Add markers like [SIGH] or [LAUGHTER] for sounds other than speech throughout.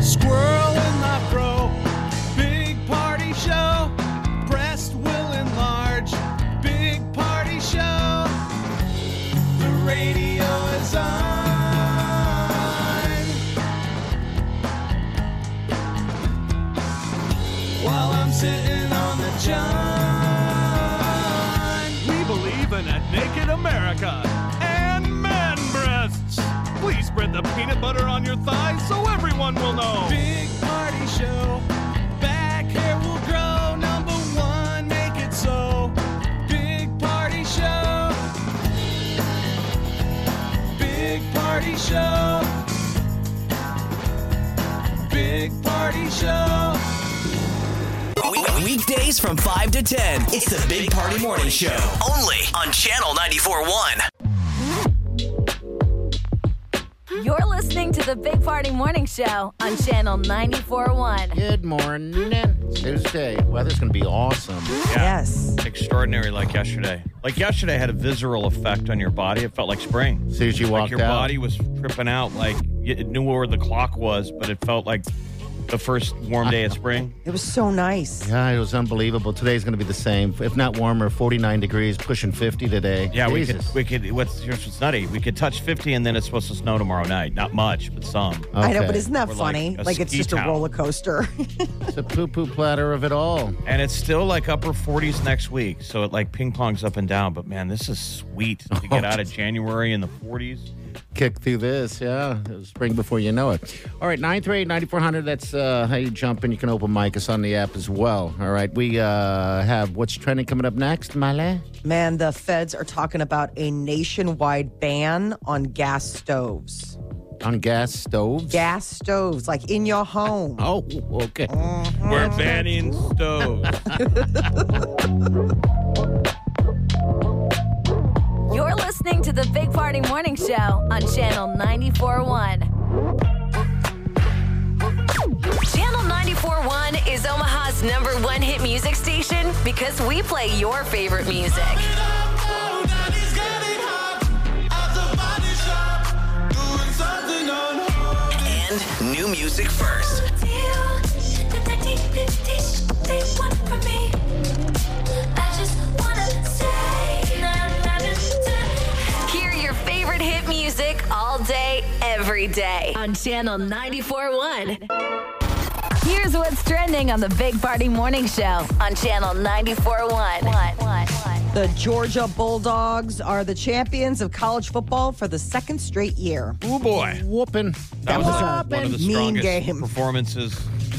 Squirrel in the fro, big party show. Breast will enlarge, big party show. The radio is on. While I'm sitting on the john. We believe in a naked America and man breasts. Please spread the peanut butter on your thighs so everyone will know. Big party show. Back hair will grow. Number one, make it so. Big party show. Big party show. Big party show. Weekdays from 5 to 10. It's the Big Party Morning Show. Only on Channel 94.1. You're listening to the Big Party Morning Show on Channel 94.1. Good morning. Tuesday. Weather's going to be awesome. Yes. extraordinary like yesterday. Like yesterday had a visceral effect on your body. It felt like spring. As soon as you Like walked your out. body was tripping out. Like it knew where the clock was, but it felt like the first warm day of spring. It was so nice. Yeah, it was unbelievable. Today's going to be the same, if not warmer. 49 degrees, pushing 50 today. Yeah, Jesus. we could. We could. What's here's what's nutty? We could touch 50, and then it's supposed to snow tomorrow night. Not much, but some. I know, Okay. but isn't that We're like funny? a Like, it's ski just town. a roller coaster. it's a poo-poo platter of it all. And it's still like upper 40s next week, so it like ping pongs up and down. But man, this is sweet to [LAUGHS] get out of January in the 40s. Kick through this, yeah. It was spring before you know it. All right, 938-9400. That's uh, how you jump in. You can open mic us on the app as well. All right, we uh, have what's trending coming up next, Male. Man, the feds are talking about a nationwide ban on gas stoves. On gas stoves. Gas stoves, like in your home. Oh, okay. We're banning stoves. You're listening to the Big Party Morning Show on Channel 94.1. Channel 94.1 is Omaha's number one hit music station because we play your favorite music. And new music first. Hear your favorite hit music all day, every day on Channel 94.1. Here's what's trending on the Big Party Morning Show on Channel 94.1. The Georgia Bulldogs are the champions of college football for the second straight year. oh boy. Whooping. That was like Whopping one of the mean strongest game. performances,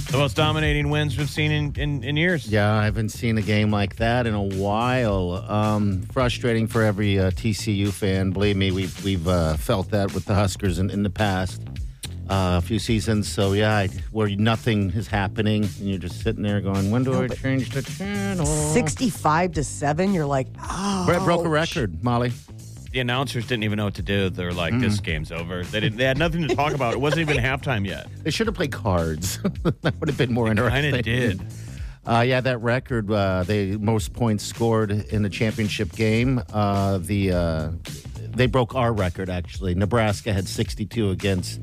the most dominating wins we've seen in, in, in years. Yeah, I haven't seen a game like that in a while. Um, frustrating for every uh, TCU fan. Believe me, we've we've uh, felt that with the Huskers in, in the past uh, few seasons. So yeah, I, where nothing is happening, and you're just sitting there going, "When do I change the channel?" 65 to 7, you're like, oh. Brett broke a record, Molly. The announcers didn't even know what to do. They're like, Mm-hmm. "This game's over." They didn't. They had nothing to talk about. It [LAUGHS] wasn't even halftime yet. They should have played cards. [LAUGHS] that would have been more interesting. Kind of did. Uh, yeah, that record, uh, the most points scored in a championship game. Uh, the uh, they broke our record actually. Nebraska had 62 against,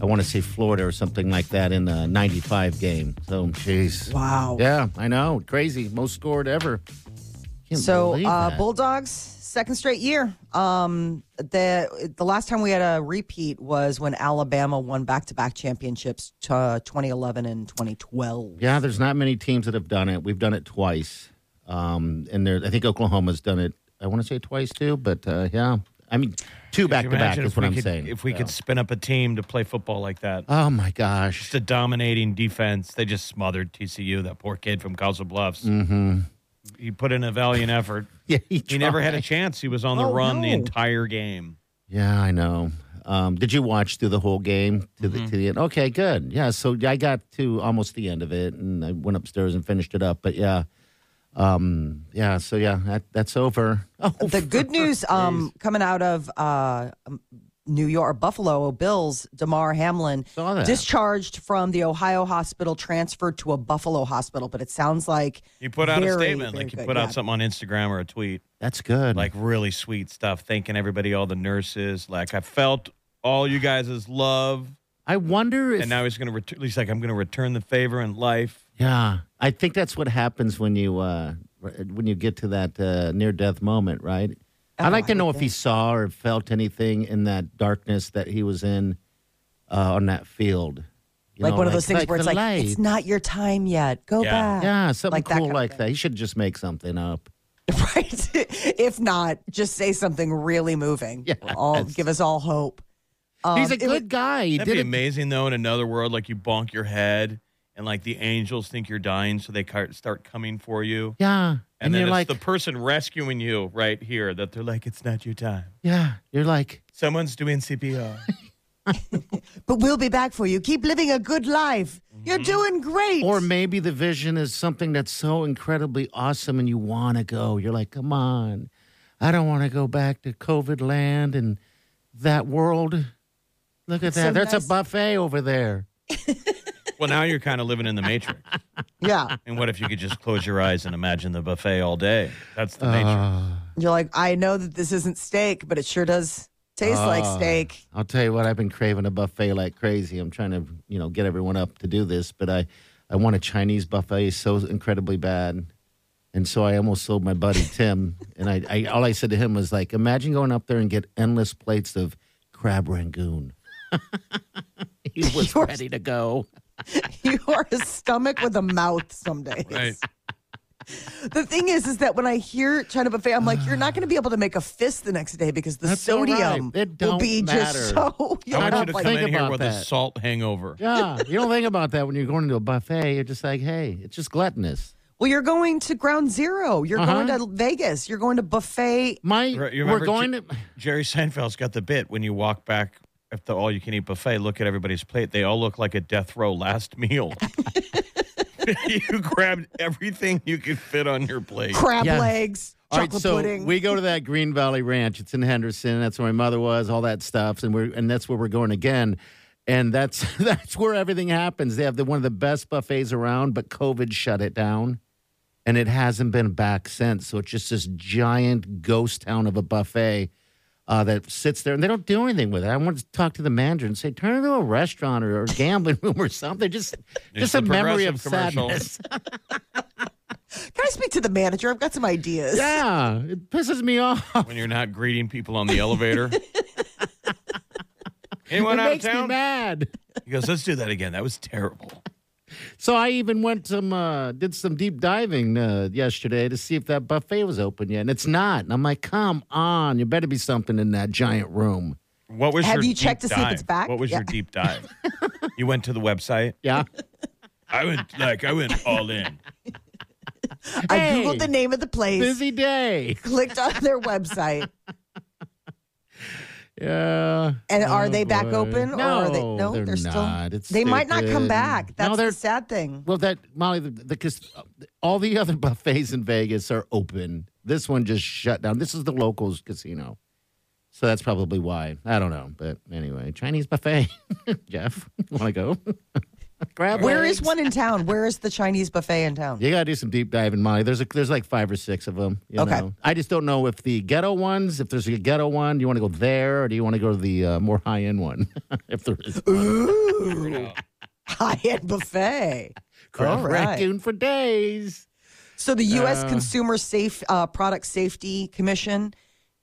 I want to say Florida or something like that in a 95 game. So, jeez. wow. Yeah, I know, crazy, most scored ever. Can't So believe uh, that. Bulldogs, second straight year. Um, the the last time we had a repeat was when Alabama won back to back championships, t- uh, 2011 and 2012. yeah, there's not many teams that have done it. We've done it twice, um, and there, I think Oklahoma's done it. I want to say twice too, but uh, yeah, I mean, two back to back Imagine is if what we I'm could- saying. If we could spin up a team to play football like that, oh my gosh. just a dominating defense. They just smothered TCU. That poor kid from Council Bluffs. He put in a valiant effort. [LAUGHS] Mm-hmm. Yeah, he, He never had a tried. chance. He was on the Oh, run the no. entire game. Yeah, I know. Um, did you watch through the whole game to Mm-hmm. the to the end? Okay, good. Yeah, so I got to almost the end of it, and I went upstairs and finished it up. But yeah, um, yeah. So yeah, that, that's over. Oh, the [LAUGHS] good news um, coming out of uh, um, New York, Buffalo Bills, Damar Hamlin Saw that. discharged from the Ohio hospital, transferred to a Buffalo hospital. But it sounds like He put out a very, statement, very like he good, put yeah. out something on Instagram or a tweet, that's good. like really sweet stuff, thanking everybody, all the nurses. Like I felt all you guys' love, I wonder if and now he's gonna return. He's like, I'm gonna return the favor in life. Yeah, I think that's what happens when you uh, when you get to that uh, near death moment, right? Oh, I'd like to know if he saw or felt anything in that darkness that he was in uh, on that field. You Like know, one of those things where the it's like, it's light. not your time yet. Go Yeah. back. yeah, something like that cool kind of like thing. that. He should just make something up. [LAUGHS] Right. if not, just say something really moving. Yes. All, give us all hope. He's a Um, it good was- guy. He That'd did be it. amazing though. In another world, like you bonk your head, and like the angels think you're dying, so they ca- start coming for you. Yeah, and, And, then you're it's like, the person rescuing you right here that they're like, it's not your time. yeah, you're like, Someone's doing [LAUGHS] CPR. But we'll be back for you. Keep living a good life. Mm-hmm. You're doing great. or maybe the vision is something that's so incredibly awesome and you want to go. You're like, come on, I don't want to go back to COVID land and that world. Look at that. so There's nice. a buffet over there. well, now you're kind of living in the matrix. yeah. And what if you could just close your eyes and imagine the buffet all day? That's Uh, the matrix. You're like, I know that this isn't steak, but it sure does taste like Ah. steak. I'll tell you what, I've been craving a buffet like crazy. I'm trying to, you know, get everyone up to do this, but I, I want a Chinese buffet so incredibly bad. And so I almost sold my [LAUGHS] buddy Tim. and I, I, all I said to him was like, imagine going up there and get endless plates of crab rangoon. he [LAUGHS] was Yours- ready to go. [LAUGHS] you are a stomach with a mouth some days. The thing is, is that when I hear China buffet, I'm like, you're not going to be able to make a fist the next day because the That's all right. sodium It will don't be just matter. I [LAUGHS] so. You'll want you have don't to come think in here about with a that. salt hangover. Yeah. You don't think about that when you're going to a buffet. You're just like, hey, it's just gluttonous. well, you're going to Ground Zero. You're Uh-huh. going to Vegas. You're going to buffet. My, Right, you we're remember going Ju- to. Jerry Seinfeld's got the bit when you walk back at the all you can eat buffet, look at everybody's plate. They all look like a death row last [LAUGHS] meal. [LAUGHS] you grabbed everything you could fit on your plate. Crab Yeah. legs, All right, chocolate so pudding. we go to that Green Valley Ranch. It's in Henderson. That's where my mother was. All that stuff, and we're and that's where we're going again. And that's [LAUGHS] that's where everything happens. They have the, one of the best buffets around, but COVID shut it down, and it hasn't been back since. So it's just this giant ghost town of a buffet uh, that sits there, and they don't do anything with it. I wanted to talk to the manager and say, turn it into a restaurant or, or gambling [LAUGHS] room or something. Just just the a memory of Progressive commercial. sadness. [LAUGHS] Can I speak to the manager? I've got some ideas. yeah, it pisses me off. When you're not greeting people on the [LAUGHS] elevator. Anyone it out of makes me town? mad. He goes, let's do that again. That was terrible. So I even went some uh, did some deep diving uh, yesterday to see if that buffet was open yet, and it's not. And I'm like, come on, you better be something in that giant room. What was Have your you deep checked to see if dive? it's back? What was your Yeah. deep dive? you went to the [LAUGHS] website. Yeah, I went like I went all in. I Hey. Googled the name of the place, busy day. clicked on their website. Yeah. And are Oh, they back boy. open? No, or are they, no, they're, they're, not. still. It's they might not come stupid. back. That's no, the they're sad thing. well. That Molly, the, the, 'cause uh, all the other [LAUGHS] buffets in Vegas are open. This one just shut down. This is the locals casino, so that's probably why. I don't know, but anyway, Chinese buffet. [LAUGHS] Jeff, want to go? [LAUGHS] Grab Where legs. is one in town? Where is the Chinese buffet in town? [LAUGHS] You gotta do some deep diving, Molly. There's a, there's like five or six of them. You Okay. know? I just don't know if the ghetto ones, if there's a ghetto one, do you want to go there or do you want to go to the uh, more high end one? [LAUGHS] if there is Ooh, high end buffet. crap All right. raccoon for days. So the U.S. Consumer Safe uh, Product Safety Commission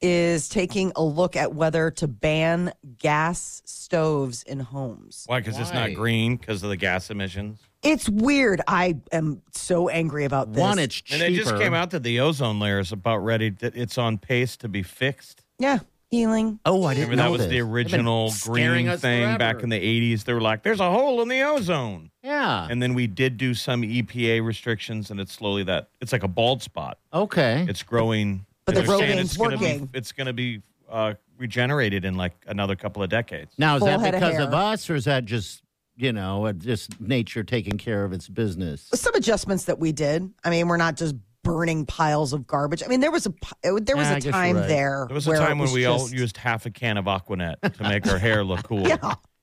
is taking a look at whether to ban gas stoves in homes. Why? Because it's not Why? green because of the gas emissions. It's weird. I am so angry about this. One, it's And cheaper. it just came out that the ozone layer is about ready. To, it's on pace to be fixed. yeah, healing. Oh, I didn't Remember know that was this. the They've been original scaring green us thing back forever. in the 80s. They were like, there's a hole in the ozone. Ah. yeah. And then we did E do some EPA restrictions, and it's slowly that it's like a bald spot. okay. It's growing But the They're saying Rogaine's it's gonna be- working. it's going to be uh, regenerated in like another couple of decades. Now, is Full that head of because of hair. us, or is that just you know uh, just nature taking care of its business? some adjustments that we did. I mean, we're not just burning piles of garbage. I mean, there was a pi- it- there was Yeah, I a guess you're time right. there. There was a where it time when was we all just- used half a can of Aquanet to make our hair [LAUGHS] look cool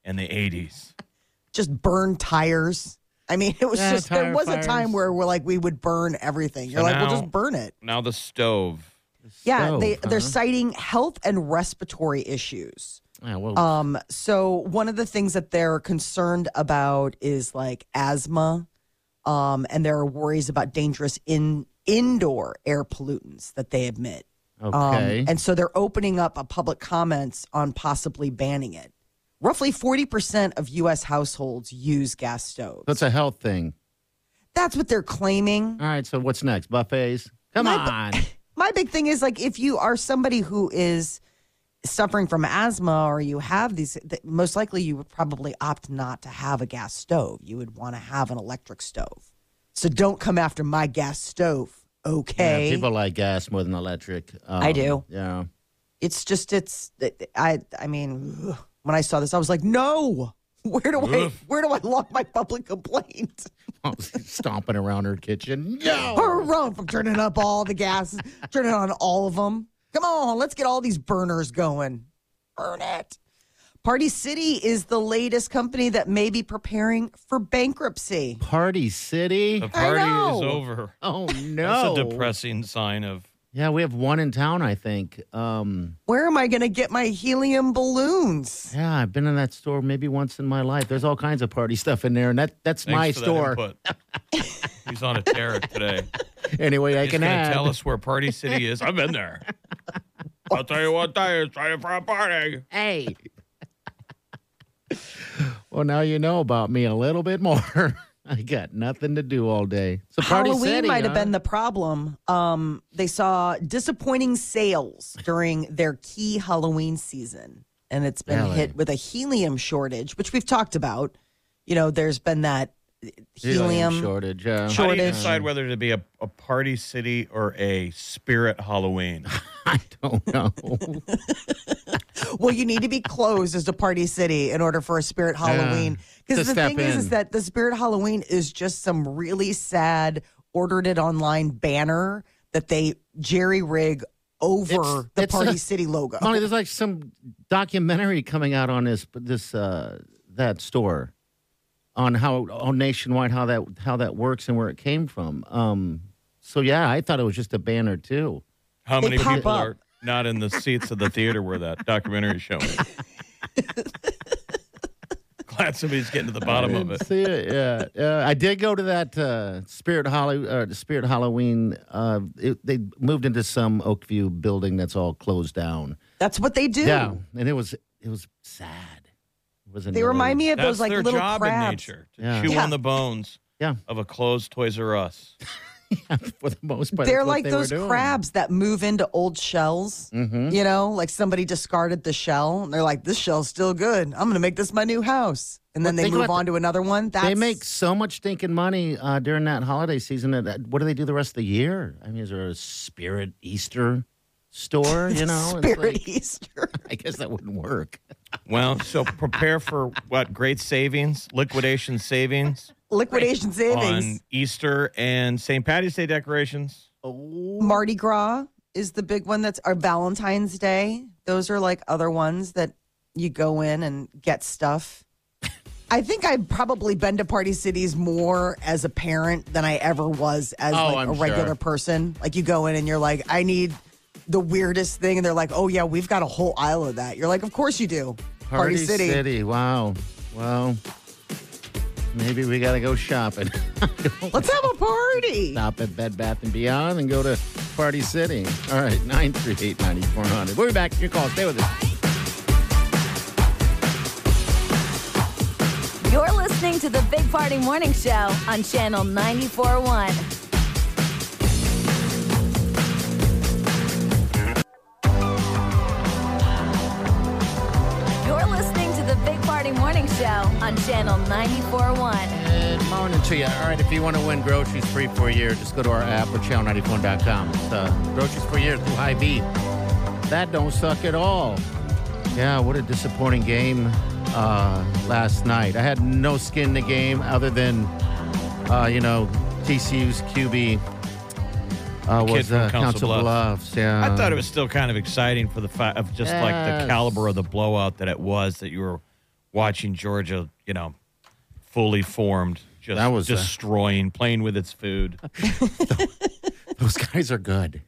in the 80s. just burn tires. I mean, [LAUGHS] it was Yeah, just tire there was fires. a time where we're like we would burn everything. You're like, now- we'll just burn it. Now the stove. Yeah, Stove, they they're huh? citing health and respiratory issues. Yeah, Ah, well, Um, so one of the things that they're concerned about is like asthma, um, and there are worries about dangerous in indoor air pollutants that they admit. Um, okay. and so they're opening up a public comments on possibly banning it. Roughly 40% of U.S. households use gas stoves. That's a health thing. That's what they're claiming. All right, so what's next? Buffets? Come on. My big thing is like if you are somebody who is suffering from asthma or you have these, th- most likely you would probably opt not to have a gas stove. You would want to have an electric stove. So don't come after my gas stove. Yeah, Okay. people like gas more than electric. Um, I do. Yeah. [LAUGHS] it's just it's I I mean ugh. when I saw this I was like no [LAUGHS] where do I where do I log my public complaint Stomping around her kitchen. No. or run from turning up all the gases turning on all of them come on let's get all these burners going burn it Party City is the latest company that may be preparing for bankruptcy Party City? The party is know. over. Oh, no. That's a depressing sign of Yeah, we have one in town, I think. Um, where am I going to get my helium balloons yeah, I've been in that store maybe once in my life. There's all kinds of party stuff in there, and that that's thanks my for that store. input. [LAUGHS] He's on a tear today. anyway, I He's can going to add. tell us where Party City is. I've been [LAUGHS] there. I'll tell you what day it's time for a party. Hey. well, now you know about me a little bit more. [LAUGHS] I got nothing to do all day. So Party Halloween City, might huh? have been the problem. Um, they saw disappointing sales during their key Halloween season, and it's been Really? hit with a helium shortage, which we've talked about. You know, there's been that helium. shortage. Yeah. Short- How do you Shortage. decide whether to be a, a Party City or a Spirit Halloween? [LAUGHS] I don't know. [LAUGHS] Well, you need to be closed as a party city in order for a Spirit Halloween. to Because the step thing is, in. is that the Spirit Halloween is just some really sad ordered it online banner that they jerry rig over It's- the it's party a- city logo. Molly, there's like some documentary coming out on this this uh, that store on how on nationwide how that how that works and where it came from. Um, so yeah, I thought it was just a banner too. How They many pop people up. are not in the seats of the theater where that documentary is [LAUGHS] showing? Glad somebody's getting to the bottom of it. See it? Yeah, uh, I did go to that uh, Spirit Holly uh, Spirit Halloween. Uh, it, they moved into some Oakview building that's all closed down. That's what they do. Yeah, and it was it was sad. It was They remind me of That's those like their little job crabs. in nature to Yeah. chew Yeah. on the bones Yeah. [LAUGHS] of a closed Toys R Us. for the most part. They're that's what like they were those doing. Mm-hmm. crabs that move into old shells. You know, like somebody discarded the shell and they're like, this shell's still good. I'm going to make this my new house. And then Well, they think move about on to another one. That's, They make so much stinking money uh, during that holiday season. That, that- what do they do the rest of the year? I mean, is there a Spirit Easter store? You know, It's [LAUGHS] Spirit like- Easter. [LAUGHS] I guess that wouldn't work. Well, so prepare for what? Great savings, liquidation savings Liquidation on savings. Easter and St. Patty's Day decorations. Mardi Gras is the big one that's our Valentine's Day. Those are like other ones that you go in and get [LAUGHS] stuff. I think I've probably been to party cities more as a parent than I ever was as Oh, like I'm a regular sure. person. Like you go in and you're like, I need the weirdest thing, and they're like, Oh yeah, we've got a whole aisle of that. You're like, Of course you do. Party, City. Wow, wow. Maybe we gotta go shopping. [LAUGHS] Let's have a party. Stop at Bed Bath and Beyond and go to Party City. All right, nine three eight ninety four hundred. We'll be back. Your call. Stay with us. You're listening to the Big Party Morning Show on Channel 941. You're listening to the Big Party Morning Show on Channel 94.1. Good morning to you. All right, if you want to win groceries free for a year, just go to our app or channel94.com. It's uh, groceries for a year through High B. That don't suck at all. Yeah, what a disappointing game uh, last night. I had no skin in the game other than, uh, you know, TCU's QB uh, was from uh, Council Council Bluffs. Bluffs. Yeah, I thought it was still kind of exciting for the fact of just like Yes. the caliber of the blowout that it was that you were watching Georgia, you know, fully formed, just That was, uh, destroying, playing with its food. Those guys are good.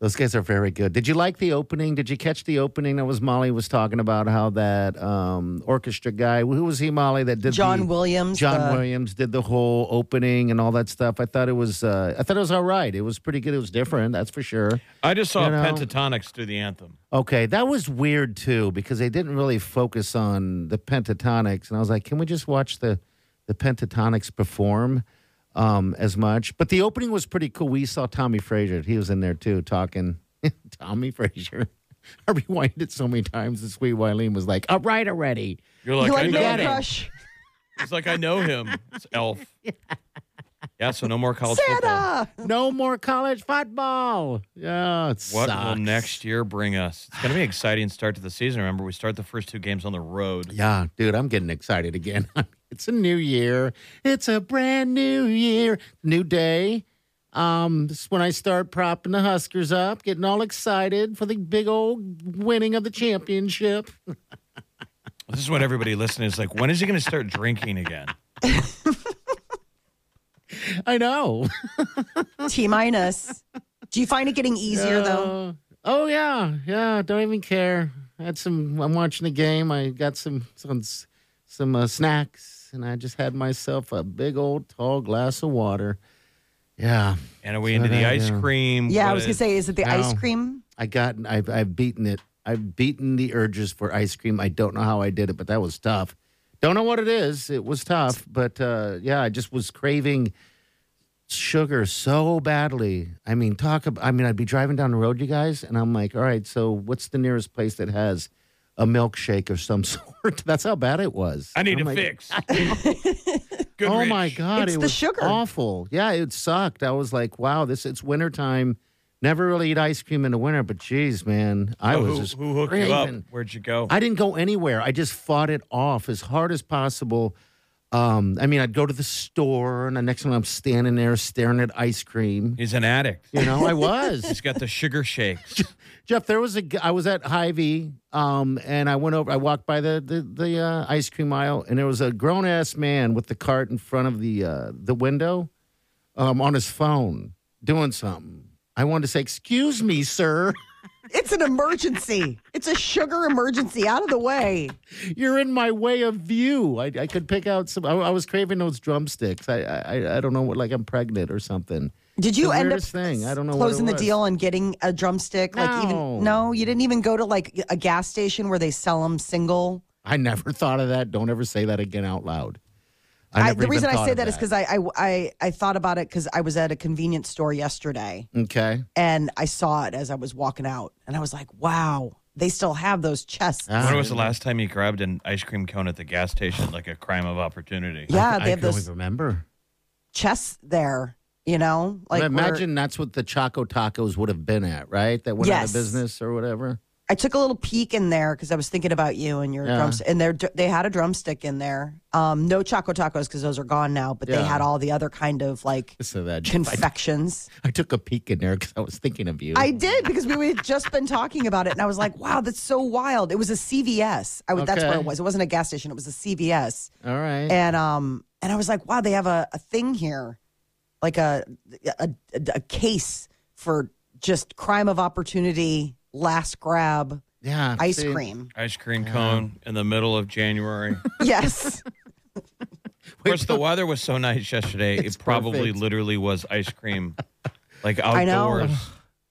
Those guys are very good. Did you like the opening? Did you catch the opening that was Molly was talking about how that um, orchestra guy, who was he, Molly, that did John the- Williams, uh, John the- Williams did the whole opening and all that stuff. I thought it was, uh, I thought it was all right. It was pretty good. It was different, that's for sure. I just saw You know? pentatonics do the anthem. Okay, that was weird too because they didn't really focus on the pentatonics, and I was like, can we just watch the the pentatonics perform um, as much? But the opening was pretty cool. We saw Tommy Frazier; he was in there too, talking. [LAUGHS] Tommy Frazier. [LAUGHS] I rewound it so many times. And Sweet Wileen was like, "All right, already." You're like, you I like know Man him. Crush? It's like I know him. It's Elf. Yeah, so no more college football. Santa! No more college football. Yeah, it What sucks. will next year bring us? It's going to be an exciting start to the season. Remember, we start the first two games on the road. Yeah, dude, I'm getting excited again. [LAUGHS] it's a new year. It's a brand new year, new day. Um, this is when I start propping the Huskers up, getting all excited for the big old winning of the championship. [LAUGHS] This is what everybody listening is like. When is he going to start drinking again? I know. [LAUGHS] T minus. Do you find it getting easier though? Uh, oh yeah, yeah. Don't even care. I had some. I'm watching the game. I got some some some uh, snacks, and I just had myself a big old tall glass of water. Yeah, And are we into the that, ice yeah. cream? Yeah, I What was gonna is- say, is it the No. ice cream? I gotten I've I've beaten it. I've beaten the urges for ice cream. I don't know how I did it, but that was tough. Don't know what it is. It was tough, but uh, yeah, I just was craving sugar so badly. I mean, talk. About, I mean, I'd be driving down the road, you guys, and I'm like, all right, so what's the nearest place that has a milkshake of some [LAUGHS] sort? That's how bad it was. I need I'm a like, [LAUGHS] fix. Oh Goodrich. my god, It's it the was sugar. awful. Yeah, it sucked. I was like, wow, this it's wintertime. Never really eat ice cream in the winter, but geez, man, I Oh, was who, just who hooked you up? craving. Where'd you go? I didn't go anywhere. I just fought it off as hard as possible. Um, I mean, I'd go to the store, and the next time I'm standing there staring at ice cream. He's an addict. You know, [LAUGHS] I was. He's got the [LAUGHS] sugar shakes. Jeff, there was a. g- I was at Hy-Vee, um, and I went over. I walked by the the, the uh, ice cream aisle, and there was a grown ass man with the cart in front of the uh, the window, um, on his phone doing something. I wanted to say, "Excuse me, sir, [LAUGHS] It's an emergency. it's a sugar emergency. Out of the way. you're in my way of view." I, I could pick out some. I, I was craving those drumsticks. I, I I don't know what, like I'm pregnant or something. Did you The end up weirdest thing. I don't know what it closing the was. deal and getting a drumstick? Like No. even no, you didn't even go to like a gas station where they sell them single. I never [LAUGHS] thought of that. Don't ever say that again out loud. I I, never the even reason I thought say of that is because I, I I I thought about it because I was at a convenience store yesterday okay. and I saw it as I was walking out and I was like, wow, they still have those chests. Ah. when was the last time you grabbed an ice cream cone at the gas station like a crime of opportunity? yeah, I they have can those remember. chests there. You know, like But where- imagine that's what the Choco Tacos would have been at, right? That went out of Yes. business or whatever. I took a little peek in there because I was thinking about you and your Yeah. drumstick. And there, they had a drumstick in there. Um, no choco tacos because those are gone now, but they Yeah. had all the other kind of like [LAUGHS] So that I, confections. I took a peek in there because I was thinking of you. I did because we had [LAUGHS] just been talking about it, and I was like, "Wow, that's so wild!" It was a CVS. I was, That's where Okay. it was. It wasn't a gas station. It was a CVS, All right. and um, and I was like, "Wow, they have a, a thing here, like a, a a a case for just crime of opportunity, last grab, yeah. ice see, cream." Ice cream cone in the middle of January. Yes. Of course, [LAUGHS] the weather was so nice yesterday. It's It probably perfect. literally was ice [LAUGHS] cream, like know. outdoors.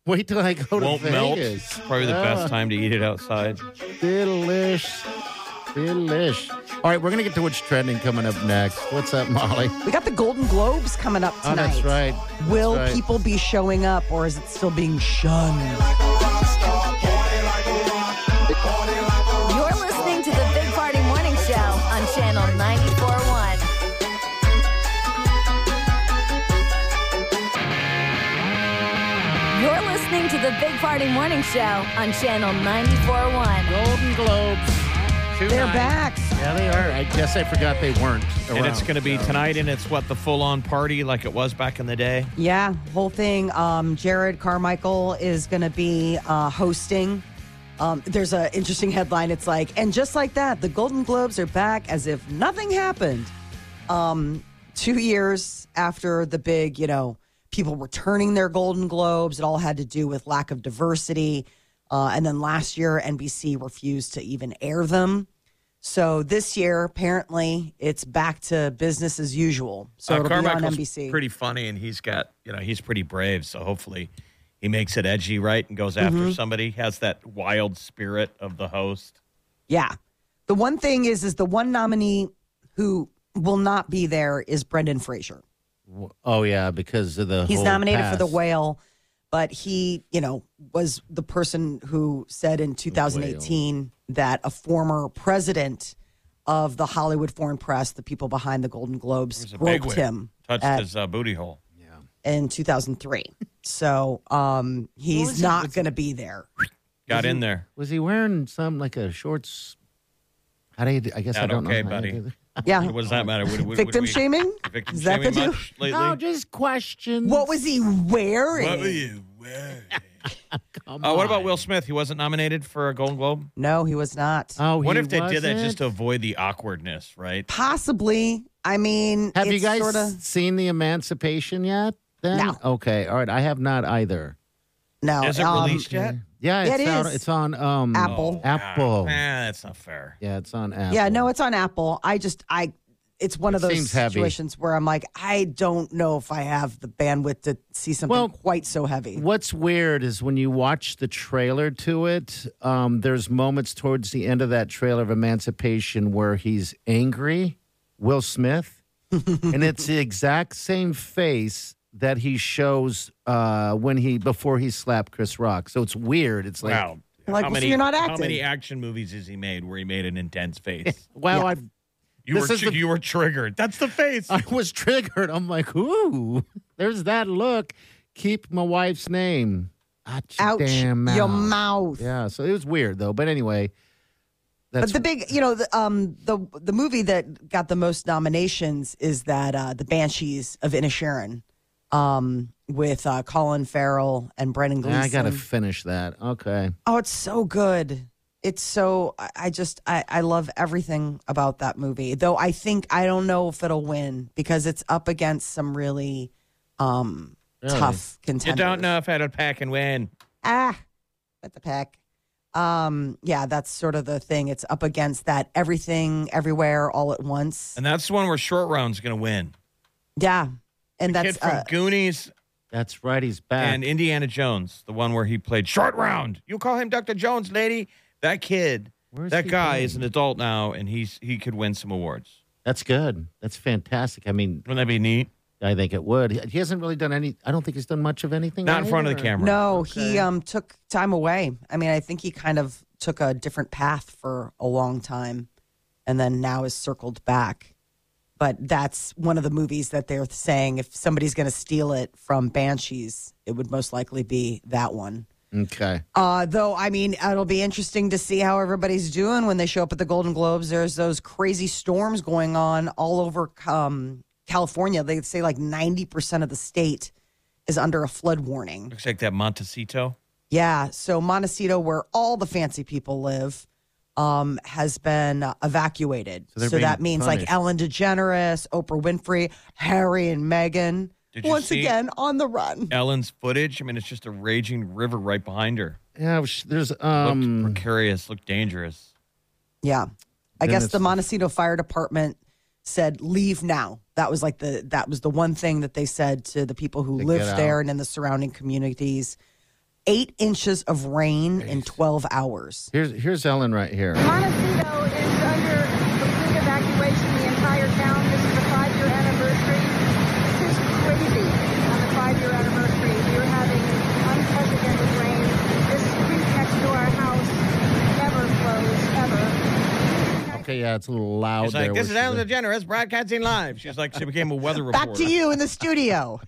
Wait till I go Won't to melt. Vegas. Oh, Probably the best time to eat it outside. Delish. Delish. All right, we're going to get to what's trending coming up next. What's up, Molly? We got the Golden Globes coming up Oh, tonight. that's right. That's Will right. people be showing up or is it still being shunned? You're listening to the Big Party Morning Show on the Big Party Morning Show on Channel 94.1. Golden Globes. Two They're nights. back. Yeah, they are. I guess I forgot they weren't. And it's going to be tonight, and it's what the full-on party like it was back in the day. Yeah, whole thing. Um, Jared Carmichael is going to be uh, hosting. Um, there's an interesting headline. It's like, and just like that, the Golden Globes are back as if nothing happened. Um, two years after the big, you know, people returning their Golden Globes, it all had to do with lack of diversity. Uh, and then last year, NBC refused to even air them. So this year, apparently, it's back to business as usual. So it'll be on Uh, Carmichael's NBC. pretty funny, and he's got you know he's pretty brave. So hopefully, he makes it edgy, right, and goes after Mm-hmm. somebody. Has that wild spirit of the host. Yeah. The one thing is, is the one nominee who will not be there is Brendan Fraser. Oh yeah, because of the. He's Oh, whole nominated for past. the whale, but he, you know, was the person who said in 2018 that a former president of the Hollywood Foreign Press, the people behind the Golden Globes, He's a groped bigwig. him Touched at- his uh, booty hole. in 2003. So um, he's not going to [LAUGHS] be there. Got in there. Was he wearing some like a shorts? How do you? I guess I Not don't know. okay, how you buddy. do that. Yeah. What does [LAUGHS] that matter? Would, would- would Victim we- shaming? Victim Is that the shaming do? much lately? No, just questions. What was he wearing? What were you wearing? uh, what about Will Smith? He wasn't nominated for a Golden Globe. No, he was not. Oh, What he if they did that just to wasn't? avoid the awkwardness, right? Possibly. I mean, Have you it's guys sorta- seen the Emancipation yet? Then? No. Okay. All right. I have not either. no? Is it um, released yet? Yeah, it's It out. is. It's on um, Apple. Apple. Ah, that's not fair. Yeah, it's on Apple. Yeah, no, it's on Apple. I just, I, it's one of It those seems heavy. situations where I'm like, I don't know if I have the bandwidth to see something Well, quite so heavy. What's weird is when you watch the trailer to it, um, there's moments towards the end of that trailer of Emancipation where he's angry, Will [LAUGHS] Smith, and it's the exact same face that he shows uh, when he before he slapped Chris Rock. So it's weird. It's like, Wow. Like, well, so you're not How acting. many action movies has he made where he made an intense face? wow, Yeah. I've You This were is tr- the- you were triggered. That's [LAUGHS] the face. I was triggered. I'm like, ooh, there's that look. Keep my wife's name. Out your Ouch, damn your mouth. mouth. Yeah, so it was weird though. But anyway, that's But the big, you know, the, um, the the movie that got the most nominations is that uh, the Banshees of Inisherin, um, with uh, Colin Farrell and Brendan Gleeson. I gotta finish that. Okay. Oh, it's so good. It's so I, I just I, I love everything about that movie. Though I think I don't know if it'll win because it's up against some really um tough You contenders. don't know if it'll pack and win. Ah, that's a pack. Um, yeah, that's sort of the thing. It's up against that everything, everywhere, all at once. And that's the one where Short Round's going to win. yeah, and The Kid that's from uh, Goonies That's right. He's back. and Indiana Jones, the one where he played Short Round. You call him Dr. Jones, lady. That kid, Where's that he guy been? is an adult now, and he's he could win some awards. That's good. That's fantastic. I mean, Wouldn't that be neat? I think it would. He, he hasn't really done any. I don't think he's done much of anything. Not in front of the either. camera. no, he um took time away. I mean, I think he kind of took a different path for a long time, and then now is circled back. But that's one of the movies that they're saying if somebody's going to steal it from Banshees, it would most likely be that one. Okay. Uh, though, I mean, it'll be interesting to see how everybody's doing when they show up at the Golden Globes. There's those crazy storms going on all over um, California. They say like 90% of the state is under a flood warning. Looks like that Montecito. Yeah. So Montecito, where all the fancy people live, um, has been uh, evacuated. So they're So, being that means like punished. Ellen DeGeneres, Oprah Winfrey, Harry and Meghan, Did you once see- again on the run. Ellen's footage. I mean, it's just a raging river right behind her. Yeah. sh- There's Looked um. precarious. Looked dangerous. Yeah. I Then guess it's- the Montecito Fire Department said leave now. That was like the that was the one thing that they said to the people who To get lived there and in the surrounding communities. Eight inches of rain in twelve hours. Here's here's Ellen right here. Montecito is under complete evacuation, the entire town. This is the five-year anniversary. This is crazy on the five-year anniversary. We're having unprecedented rain. This street next to our house never flows, ever. Okay. Yeah, it's a little loud. She's like, there this where she's is Ellen at." [LAUGHS] DeGeneres broadcasting live. She's like, she became a weather [LAUGHS] reporter. Back to you in the studio.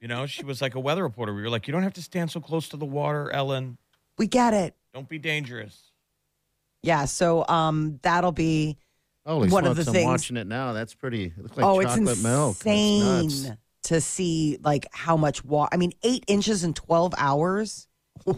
You know, she was like a weather reporter. We were like, you don't have to stand so close to the water, Ellen. We get it. Don't be dangerous. Yeah. So um, that'll be. Holy One smokes, of the I'm things- watching it now. That's pretty. It looks like oh, it's chocolate milk. That's insane nuts. to see like how much water. I mean, eight inches in twelve hours. [LAUGHS] I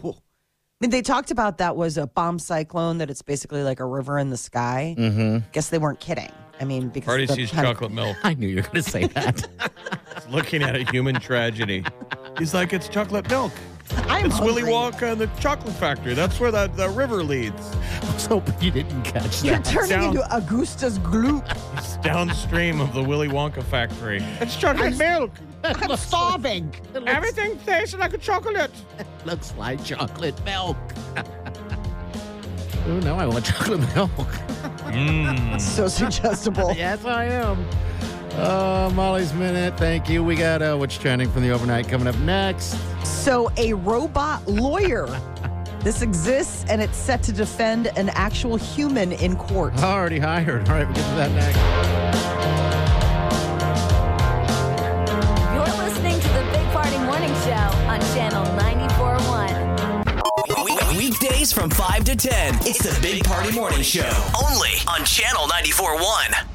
mean, they talked about that was a bomb cyclone. That it's basically like a river in the sky. Mm-hmm. Guess they weren't kidding. I mean, because Party the sees kind of- chocolate [LAUGHS] milk. I knew you were going to say that. [LAUGHS] It's looking at a human tragedy. He's like, it's chocolate milk. I'm It's Willy hungry. Wonka and the Chocolate Factory. That's where that, that river leads. I was hoping you didn't catch You're that. turning down. into Augusta's gloop. It's downstream of the Willy Wonka Factory. It's chocolate milk. I'm starving. Everything tastes like a chocolate. looks like chocolate milk. [LAUGHS] Ooh, now I want chocolate milk. [LAUGHS] So suggestible. yes, I am. Uh, Molly's Minute. Thank you. We got uh, what's trending from the overnight coming up next. So, a robot lawyer. This exists and it's set to defend an actual human in court. Already hired. All right, we'll get to that next. You're listening to the Big Party Morning Show on Channel 941. We- Weekdays from 5 to 10. It's the Big Party Morning Show. Only on Channel 94.1.